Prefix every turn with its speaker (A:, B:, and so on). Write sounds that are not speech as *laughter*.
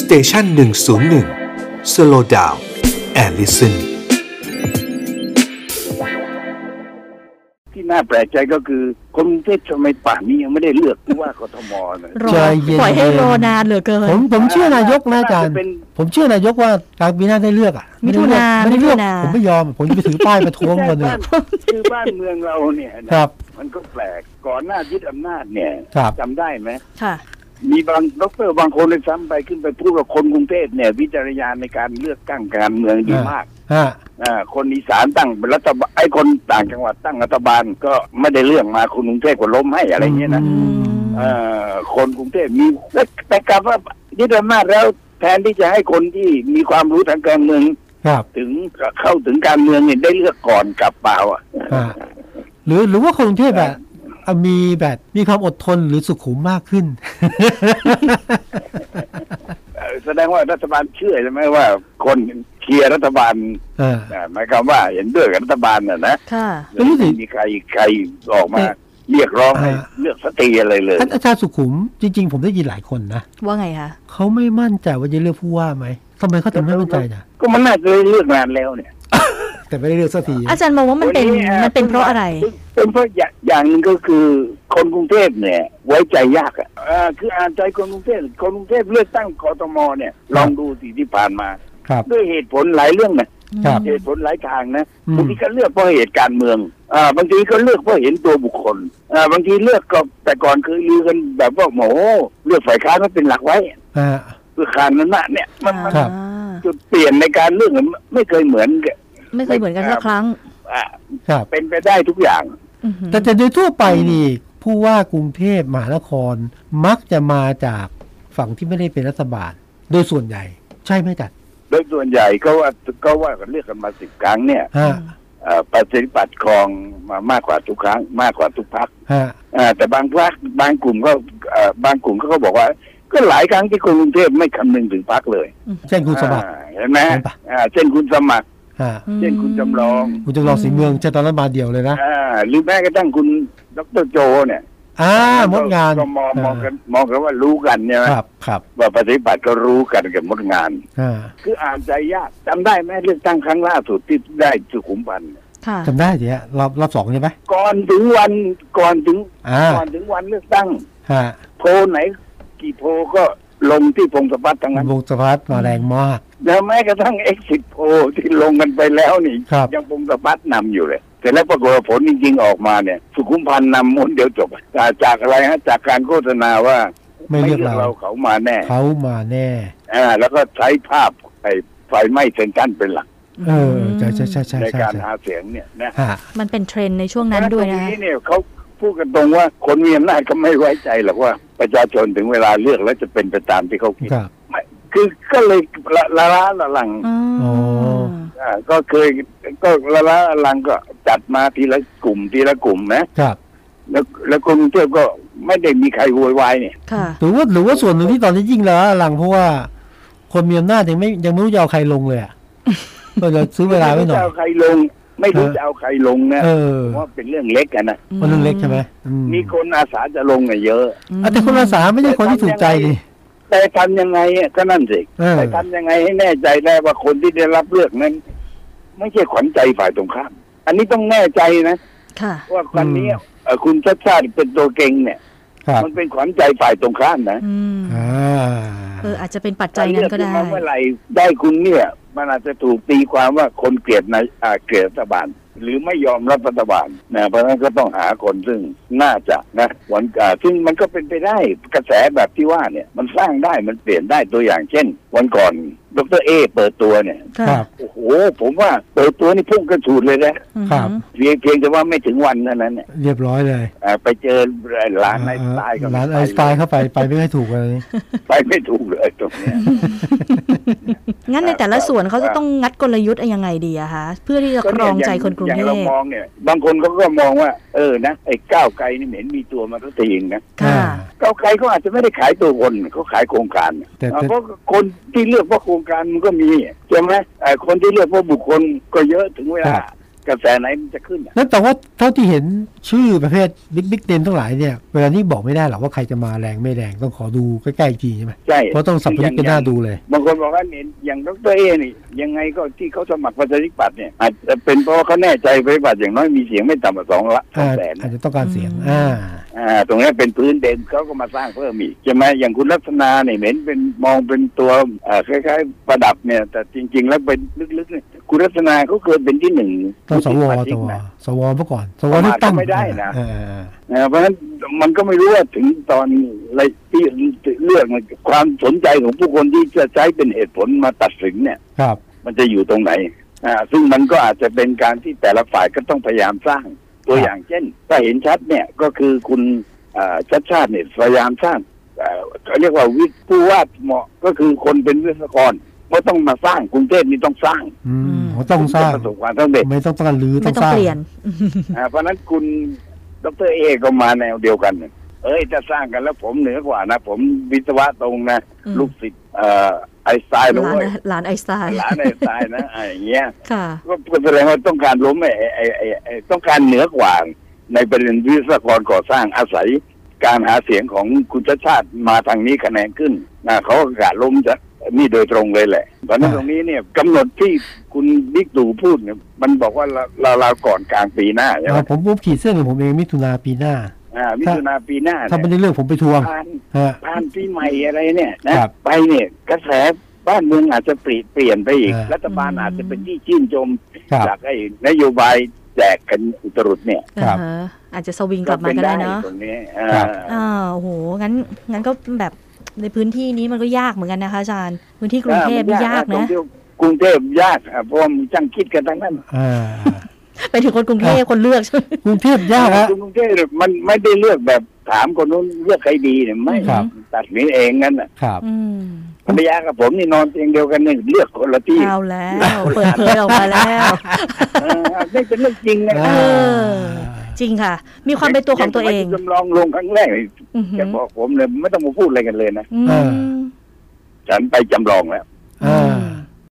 A: สเตชันหนึ่งศูนย์หนึ่งสโลดาวแอลลิสัน
B: ที่น่าแปลกใจก็คือคนกรุงเทพทำไมป่านนี้ยังไม่ได้เลือกผู้ว่ากทมนะ
C: รอ
D: ใจเย็น
C: ปล่อยให้รอนานเหลือเกิน
D: ผมผมเชื่อนายกนะอาจารย์
B: เป็น
D: ผมเชื่อนายกว่ากลางปีหน้าได้เลือกอ่ะ
C: มิถุนา
D: ไม่ได้เลือก
C: มิถุนา
D: ผมไม่ยอม ผมจะไปถือป้ายประท้วงคนหนึ่ง
B: บ้านคือบ้านเมืองเรา
D: *laughs*
B: เนี่ยนะครับ มันก็แปลกก่อนหน้ายึดอำนาจเนี่ย
D: ครับ
B: จำได้ไหม
C: ค่ะ
B: มีบางดอกเตอร์บางคนเลยซ้ำไปขึ้นไปพูดว่าคนกรุงเทพเนี่ย วิจารณญาณในการเลือกตั้งการเมืองดีมาก
D: ฮะ
B: อ่าคนอีสานตั้งรัฐบาลไอ้คนต่างจังหวัดตั้งรัฐบาลก็ไม่ได้เรื่องมาคนกรุงเทพก็ล้มให้อะไรเงี้ยนะเอ่อคนกรุงเทพมีแต่แต่กลับว่ายึดอำนาจแล้วแทนที่จะให้คนที่มีความรู้ทางการเมือง
D: ครับ
B: ถึงเข้าถึงการเมืองเนี่ยได้เลือกก่อนกลับเปล่าอ่ะ
D: ฮะหรือหรือว่าคนกรุงเทพแบบอ่ะมีแบบมีความอดทนหรือสุขุมมาก *laughs* ขึ้น
B: เอ่อแสดงว่ารัฐบาลเชื่อใช่ไหมว่า คนเชียร์รัฐบาล
D: เออ
B: อ่าหมายความว่าเห็นด้วยกับรัฐบาลน่ะนะ
C: ค่ะ
D: ไม่รู้สิ
B: มีใครใครออกมา เรียกร้องให้
D: อ่า
B: เลือกสตรีอะไรเลย
D: ท่านอาจารย์สุขุมจริง ๆ ผมได้ยินหลายคนนะ
C: ว่าไงคะ
D: เขาไม่มั่นใจว่าจะเลือกผู้ว่าไหมทำไมเขาถึงไม่มั่นใจนะ
B: ก็มันน่าจะเลือกนานแล้วเนี่ย
D: แต่ไม่ได้เลือกสักที
C: อาจารย์มองว่ามันเป็น
B: วัอ่
C: มันเป็นเพราะอะไร
B: เป็นเพราะอย่าอย่างหนึ่งก็คือ คนกรุงเทพเนี่ย ไว้ใจยากอ่ะอ่าคืออ่านใจคนกรุงเทพคนกรุงเทพเลือกตั้งกทมเนี่ย ลองดูสิที่ผ่านมา
D: ครับ
B: ด้วยเหตุผลหลายเรื่องนะครับ เหตุผลหลายทางนะ
D: อืม
B: บางทีก็เลือกเพราะเหตุการณ์เมืองอ่าบางทีก็เลือกเพราะเห็นตัวบุคคลอ่าบางทีเลือกก็แต่ก่อนคือลือกันแบบว่าโหเลือกฝ่ายค้านมาเป็นหลักไว้
D: อ่า
B: เพื่อคานนั้นนะเนี่ยมันมัน
D: ครับ
C: อ่า
B: จุดเปลี่ยนในการเรื่องมันไม่เคยเหมือนกับ
C: ไม่เคยเหมือนกันสักครั้ง
B: อ่ะ
D: ครับ
B: เป็นไปได้ทุกอย่าง
C: อื้อหือ
D: แต่แต่โดยทั่วไปนี่ผู้ว่ากรุงเทพมหานครมักจะมาจากฝั่งที่ไม่ได้เป็นรัฐบาล โดยส่วนใหญ่ ใช่ไหมจัด
B: โดยส่วนใหญ่ก็ว่าก็ว่ากันเลือกกันมาสิบครั้งเนี่ย
D: ฮะ
B: เอ่อประสิทธิปัตย์ครองมามากกว่าทุกครั้ง มากกว่าทุกพัก
D: ฮะ
B: แต่บางพักบางกลุ่มก็เอ่อบางกลุ่มเขาก็บอกว่า ก็หลายครั้งที่คนกรุงเทพไม่คำนึงถึงพักเลย
D: เช่นคุณสมบัติ
B: อ่าเห็นไหม
D: เห็นปะ
B: อ่าเช่นคุณสมัคร
D: ฮะ
C: อืม
B: เช่นคุณจำลอง
D: คุณจำลองสีเมืองจะตอนนั้นมาเดียวเลยนะ
B: อ่าหรือแม้กระทั่งคุณดรโจเนี่ย
D: อ่ามดงาน
B: ก็มองมองกันมองกันว่ารู้กันใช่ไหม
D: ครับครับ
B: ว่าปฏิบัติก็รู้กันกับมดงาน
D: ฮะ
B: คืออ่านใจยากจำได้ไหมเลือกตั้งครั้งล่าสุดที่ได้สุขุมพันธ์
C: ค่ะ
D: จำได้สิฮะรอบรอบสองใช่ไหม
B: ก่อนถึงวันก่อนถึง
D: อ่า
B: ก่อนถึงวันเลือกตั้ง
D: ฮะ
B: โพลไหน กี่โพลก็ลงที่พงศพัฒน์ทั้งนั้น
D: วงสวัสดิ์มาแรงมาก
B: แล้วแม้กระทั่งเอ็กซิโพลที่ลงกันไปแล้วนี่
D: ครับ
B: ยังพงศพัฒน์นำอยู่เลยแต่แล้วปรากฏว่าผลจริงๆออกมาเนี่ย สุขุมพันธ์นำหมุนเดียวจบอ่าจากอะไรฮะจากการโฆษณาว่า
D: ไม่เลือกเรา
B: เราเขามาแน่
D: เขามาแน่
B: อ่าแล้วก็ใช้ภาพไอ้ไฟไหม้เซนทรันเป็นหลัก
D: เออใช่ใช่ใช่ใช่
B: ใน
D: ใช่
B: การ
D: ใช่
B: หาเสียงเนี่ยนะ
D: ฮะ
C: มันเป็นเทรนด์ในช่วงนั้นด้วย
B: เพ
C: นะ
B: ราฉตรง
C: คะ
B: นี้เนี่ยเขาพูดกันตรงว่าคนมีอำนาจก็ไม่ไว้ใจหรอกว่าประชาชนถึงเวลาเลือกแล้วจะเป็นไปตามที่เขาคิด
D: ครับ
B: ไม่คือก็เลยละละล้าละลัง
C: อ๋อ
D: โอ้
B: อ่าก็เคยก็ละล้าละลังก็จัดมาทีละกลุ่มทีละกลุ่มนะครับ แล้วแล้วกรุงเทพก็ไม่ได้มีใครโวยวายเนี่ย
C: ค่ะ
D: หรือว่าหรือว่าส่วนหนึ่งที่ตอนนี้ยิ่งแล้วหลังเพราะว่า คนมีอำนาจยังไม่ยังไม่รู้จะเอาใครลงเลยอ่ะ ก็จะซื้อเวลาไว้
B: ไม่
D: ห
B: รู้
D: น่อ
B: จะ
D: ย
B: เอาใครลง ไม่รู้
D: เออ
B: จะเอาใครลงนะ
D: เออ
B: ผมว่าเป็นเรื่องเล็กกันนะ
D: มันเรื่องเล็กใช่ไหมอืม
B: มีคนอาสาจะลงเนี่ยเยอะ
D: อ่ะแต่คนอาสาไม่ใช่คนที่ถูกใจดิ
B: แต่ทำยังไงอะก็นั่นสิ
D: เออ
B: แต่ทำยังไงให้แน่ใจได้ว่าคนที่ได้รับเลือกนั้น ไม่ใช่ขวัญใจฝ่ายตรงข้าม อันนี้ต้องแน่ใจนะ
C: ค่ะ
B: ว่าวันนี้เอ่อคุณชัดชาติเป็นตัวเก่งเนี่ย
D: ครับ
B: มันเป็นขวัญใจฝ่ายตรงข้ามนะ
C: อืม
D: อ่า
C: เอออาจจะเป็นปัจจัยนั้นก็ได้
B: ถ้าเลือคุณมาเมื่อไหร่ได้คุณเนี่ย มันอาจจะถูกตีความว่าคนเกลียดนายอ่าเกลียดรัฐบาล หรือไม่ยอมรับรัฐบาลนะเพราะฉะนั้นก็ต้องหาคนซึ่งน่าจะนะหวันอ่าซึ่งมันก็เป็นไปได้กระแสแบบที่ว่าเนี่ย มันสร้างได้มันเปลี่ยนได้ตัวอย่างเช่น วันก่อนดรเอ เปิดตัวเนี่ย
C: ค่ะ
D: ครับ
B: โอ้โหผมว่าเปิดตัวนี่พุ่งกระฉูดเลยนะ
C: อืม
D: ครับ
B: เพียงเพียงแต่ว่าไม่ถึงวันเท่านั้นเนี่ย
D: เรียบร้อยเลย
B: อ่าไปเจอร้านไอน์สไตล์ก็
D: ร้านไอน์สไตล์เข้าไปไปไม่ค่อยถูกเลย
B: ไปไม่ถูกเลยตรงเนี้ย
C: งั้นในแต่ละส่วนเขาจะต้องงัดกลยุทธ์ยังไงดีอะคะเพื่อที่จะครองใจคนกรุง
B: อย่าง
C: เท
B: เรา
C: พ
B: มองเนี่ย บางคนเขาก็มองว่า เออนะไอ้ก้าวไกลนี่เหม็นมีตัวมาตั้งแต่ยิงนะ
C: ค่ะ
B: ก้าวไกลเขาอาจจะไม่ได้ขายตัวคนเขาขายโครงการ
D: แต่แต่
B: เพราะคนที่เลือกเพราะโครงการมันก็มีใช่ไหมไอ้คนที่เลือกเพราะบุคคลก็เยอะถึงเวลา กระแสไหนมันจะขึ้นอ่ะ
D: นั่นแต่ว่าเท่าที่เห็นชื่อประเภทบิ๊กบิ๊กเนมทั้งหลายเนี่ย เวลานี้บอกไม่ได้หรอกว่าใครจะมาแรงไม่แรงต้องขอดูใกล้ๆอีกทีใช่ไหม
B: ใช่
D: เพราะต้องสับปะรดกันหน้าดูเลย
B: บางคนบอกว่าเห็นอย่างดรเอนี่ ยังไงก็ที่เขาสมัครประชาธิปัตย์เนี่ยอาจจะเป็นเพราะว่าเขาแน่ใจประชาธิปัตย์อย่างน้อยมีเสียงไม่ต่ำกว่าสองละสอง
D: อา
B: แสน
D: อาจจะต้องการเสียง
C: อืม
D: อ่า
B: อ่าตรงนี้เป็นพื้นเด่นเขาก็มาสร้างเพิ่มอีกใช่ไหมอย่างคุณลักษณะเนี่ยเห็นเป็นมองเป็นตัวอ่าคล้ายๆ ประดับเนี่ย แต่จริง ๆ แล้วเป็นลึกๆเนี่ยคุณลักษณะเขาเคยเป็นที่หนึ่ง
D: ต้องสว
B: ผู้
D: ส
B: ติดมา
D: ว
B: ชิกนะ
D: สวเมื่อก่อน สวเลือกตั้
B: ป
D: ง
B: ระมาทก็ไม่ได้นะ
D: อ่าอ่าอ่า
B: นะเพราะฉะนั้นมันก็ไม่รู้ว่าถึงตอนอะไรที่เลือกมันความสนใจของผู้คนที่จะใช้เป็นเหตุผลมาตัดสินเนี่ย
D: ครับ
B: มันจะอยู่ตรงไหนอ่าซึ่งมันก็อาจจะเป็นการที่แต่ละฝ่ายก็ต้องพยายามสร้าง ตัว
D: ครับ
B: อย่างเช่น ถ้าเห็นชัดเนี่ยก็คือคุณอ่าชัดชาติเนี่ยพยายามสร้างเอ่อเขาเรียกว่าวิทย์ผู้วาดเหมาะก็คือคนเป็นวิศวกรก็ต้องมาสร้างกรุงเทพนี่ต้องสร้าง
D: อื
C: อื
D: ม
C: ม
D: เขาต้องสร้าง
B: จะประสบความสำเร็จ
D: ไม่ต้องต้องการรื้อต้
C: ไม่
D: อง
C: ต้อง
D: สร้าง
C: เปลี่ยน
B: อ่าเพราะฉะนั้นคุณดรเอก็มาแนวเดียวกันเนี่ยเอ้ยจะสร้างกันแล้วผมเหนือกว่านะ ผมวิศวะตรงนะ
C: อืม
B: ลูกศิษย์เอ่อไอน์สไตน์
C: หลาน
B: ด้วย
C: หลานไอน์สไตล์
B: หลานไอน์สไตน์นะอ่าอย่างเงี้ย
C: ค่ะ
B: ก็แสดงว่าต้องการล้มไอ้ไอ้ไอ้ไอ้ต้องการเหนือกว่าในประเด็นวิศวกรก่อสร้างอาศัย การหาเสียงของคุณชาติชาติมาทางนี้คะแนนขึ้นนะเขาก็กาศล้มจะนี่โดยตรงเลยแหละเพราะฉะนั้นตรงนี้เนี่ยกำหนดที่คุณบิ๊กตู่พูดเนี่ยมันบอกว่าเราเราวๆก่อนกลางปีหน้าใช่ไหม
D: อ่าผมผมขีดเส้นของผมเองมิถุนาปีหน้า
B: อ่ามิถุนาปีหน้า
D: ถ้าไม่
B: เนี่ย
D: ได้เลือกผมไปทวง
B: ผ่าน
D: ฮะ
B: ผ่านปีใหม่อะไรเนี่ยนะครับ ไปเนี่ยกระแสบ้านเมืองอาจจะเปลี่ยนเปลี่ยนไปอีก
D: อ่า
B: รัฐบาลอาจจะเป็นที่ชื่นชม
D: ครับ
B: จากไอ้นโยบายแจกกันอุตรุดเนี่ย
D: ครับ
C: อ่าฮะอาจจะสวิงกลับมา
B: เป็น
C: ก็ได้
B: ได้
C: เนาะ
B: ตรงนี้อ่า
D: ครับ
C: อ่าโอ้โห งั้น งั้นก็แบบในพื้นที่นี้มันก็ยากเหมือนกันนะคะอาจารย์ พื้นที่กรุงเทพนี่ยาก
B: ตรง
C: นะ
B: ที่กรุงเทพยากอ่ะเพราะว่ามันจังคิดกันทั้งนั้น
D: อ่า *laughs*
C: ไปถึงคนกรุงเทพคนเลือกใช่ไหม
D: กรุงเทพยากฮะ
B: กรุงเทพมันไม่ได้เลือกแบบถามคนนู้นเลือกใครดีเนี่ยไม่
D: ครับ
B: ตัดสินเองงั้นน่ะ
D: ครับ
C: อืม
B: ภรรยากับผมนี่นอนเตียงเดียวกันเนี่ยเลือกคนละที่
C: เอาแล้ว เปิดเผยออกมาแล้ว
B: เออนี่เป็นเรื่องจริงนะ
D: เอ
C: เออ จริงค่ะ มีความเป็นตัวของตัวเอง
B: ย่าจำลองลงครั้งแรกนี่
C: อือหื
B: แก
C: อ
B: บอกผมเลยไม่ต้องมาพูดอะไรกันเลยนะ
C: อืม
D: เออ
B: ฉันไปจำลองแล้ว
D: อ่า